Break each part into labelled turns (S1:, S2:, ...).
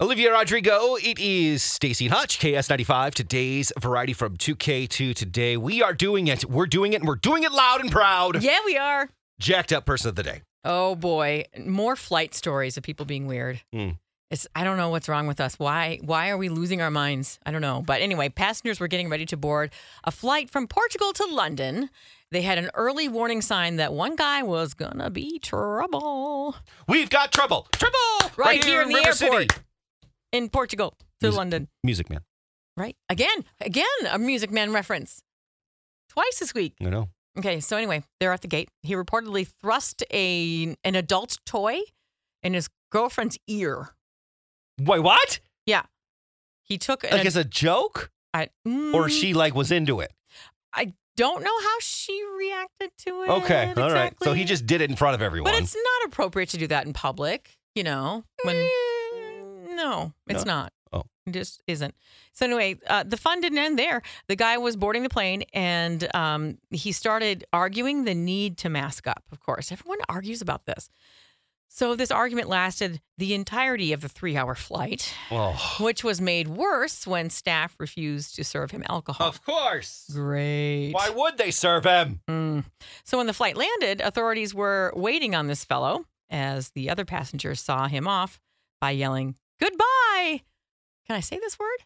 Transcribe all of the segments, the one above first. S1: Olivia Rodrigo, it is Stacey and Hutch, KS95, today's variety from 2K to today. We are doing it. We're doing it, and we're doing it loud and proud.
S2: Yeah, we are.
S1: Jacked up person of the day.
S2: Oh boy, more flight stories of people being weird.
S1: Mm.
S2: It's I don't know what's wrong with us. Why why are we losing our minds? I don't know. But anyway, passengers were getting ready to board a flight from Portugal to London. They had an early warning sign that one guy was gonna be trouble
S1: We've got trouble. Trouble!
S2: Right here in the
S1: River City.
S2: airport. in Portugal to
S1: Music-
S2: London.
S1: Music man.
S2: Right? Again, again, a Music Man reference. Twice this week.
S1: I know.
S2: Okay, so anyway, they're at the gate. He reportedly thrust a an adult toy in his girlfriend's ear.
S1: Wait, what?
S2: He took an
S1: Like as a joke?
S2: I,
S1: Or
S2: mm,
S1: she like was into it?
S2: I don't know how she reacted to it.
S1: Okay. All right. So he
S2: exactly.
S1: just did it in front of everyone.
S2: But it's not appropriate to do that in public, you know. When
S1: Mm,
S2: no, it's not.
S1: Oh.
S2: It just isn't. So anyway, uh, the fun didn't end there. The guy was boarding the plane, and um, he started arguing the need to mask up. Of course, everyone argues about this. So this argument lasted the entirety of the three-hour flight,
S1: oh,
S2: which was made worse when staff refused to serve him alcohol.
S1: of course.
S2: Great.
S1: Why would they serve him?
S2: Mm. So when the flight landed, authorities were waiting on this fellow as the other passengers saw him off by yelling, Goodbye. Can I say this word?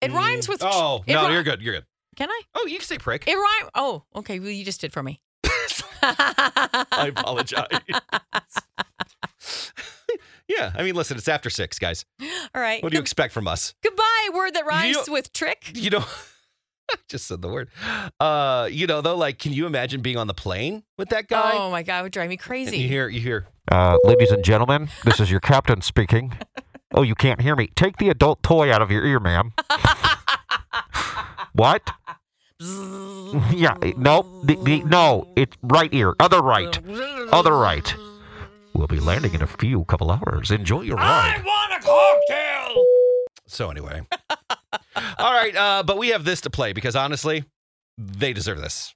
S2: It rhymes with.
S1: Oh,
S2: it
S1: no,
S2: rhy-
S1: you're good. You're good.
S2: Can I?
S1: Oh, you can say prick.
S2: It rhyme. Oh, okay. Well, you just did for me.
S1: I apologize. yeah, I mean, listen, it's after six, guys.
S2: All right.
S1: What do you
S2: Good-
S1: expect from us?
S2: Goodbye, word that rhymes
S1: You-
S2: with trick.
S1: You know, I just said the word. Uh, you know, though, like, can you imagine being on the plane with that guy?
S2: Oh my God, it would drive me
S1: and
S2: crazy.
S1: you hear, you hear,
S3: Uh, ladies and gentlemen, this is your captain speaking. Oh, you can't hear me. Take the adult toy out of your ear, ma'am. what? yeah, it- no, the, the, no, it's right ear, other right, other right. We'll be landing in a few couple hours. Enjoy
S1: Ah,
S3: your ride.
S1: So anyway. All right, uh, but we have this to play because honestly, they deserve this.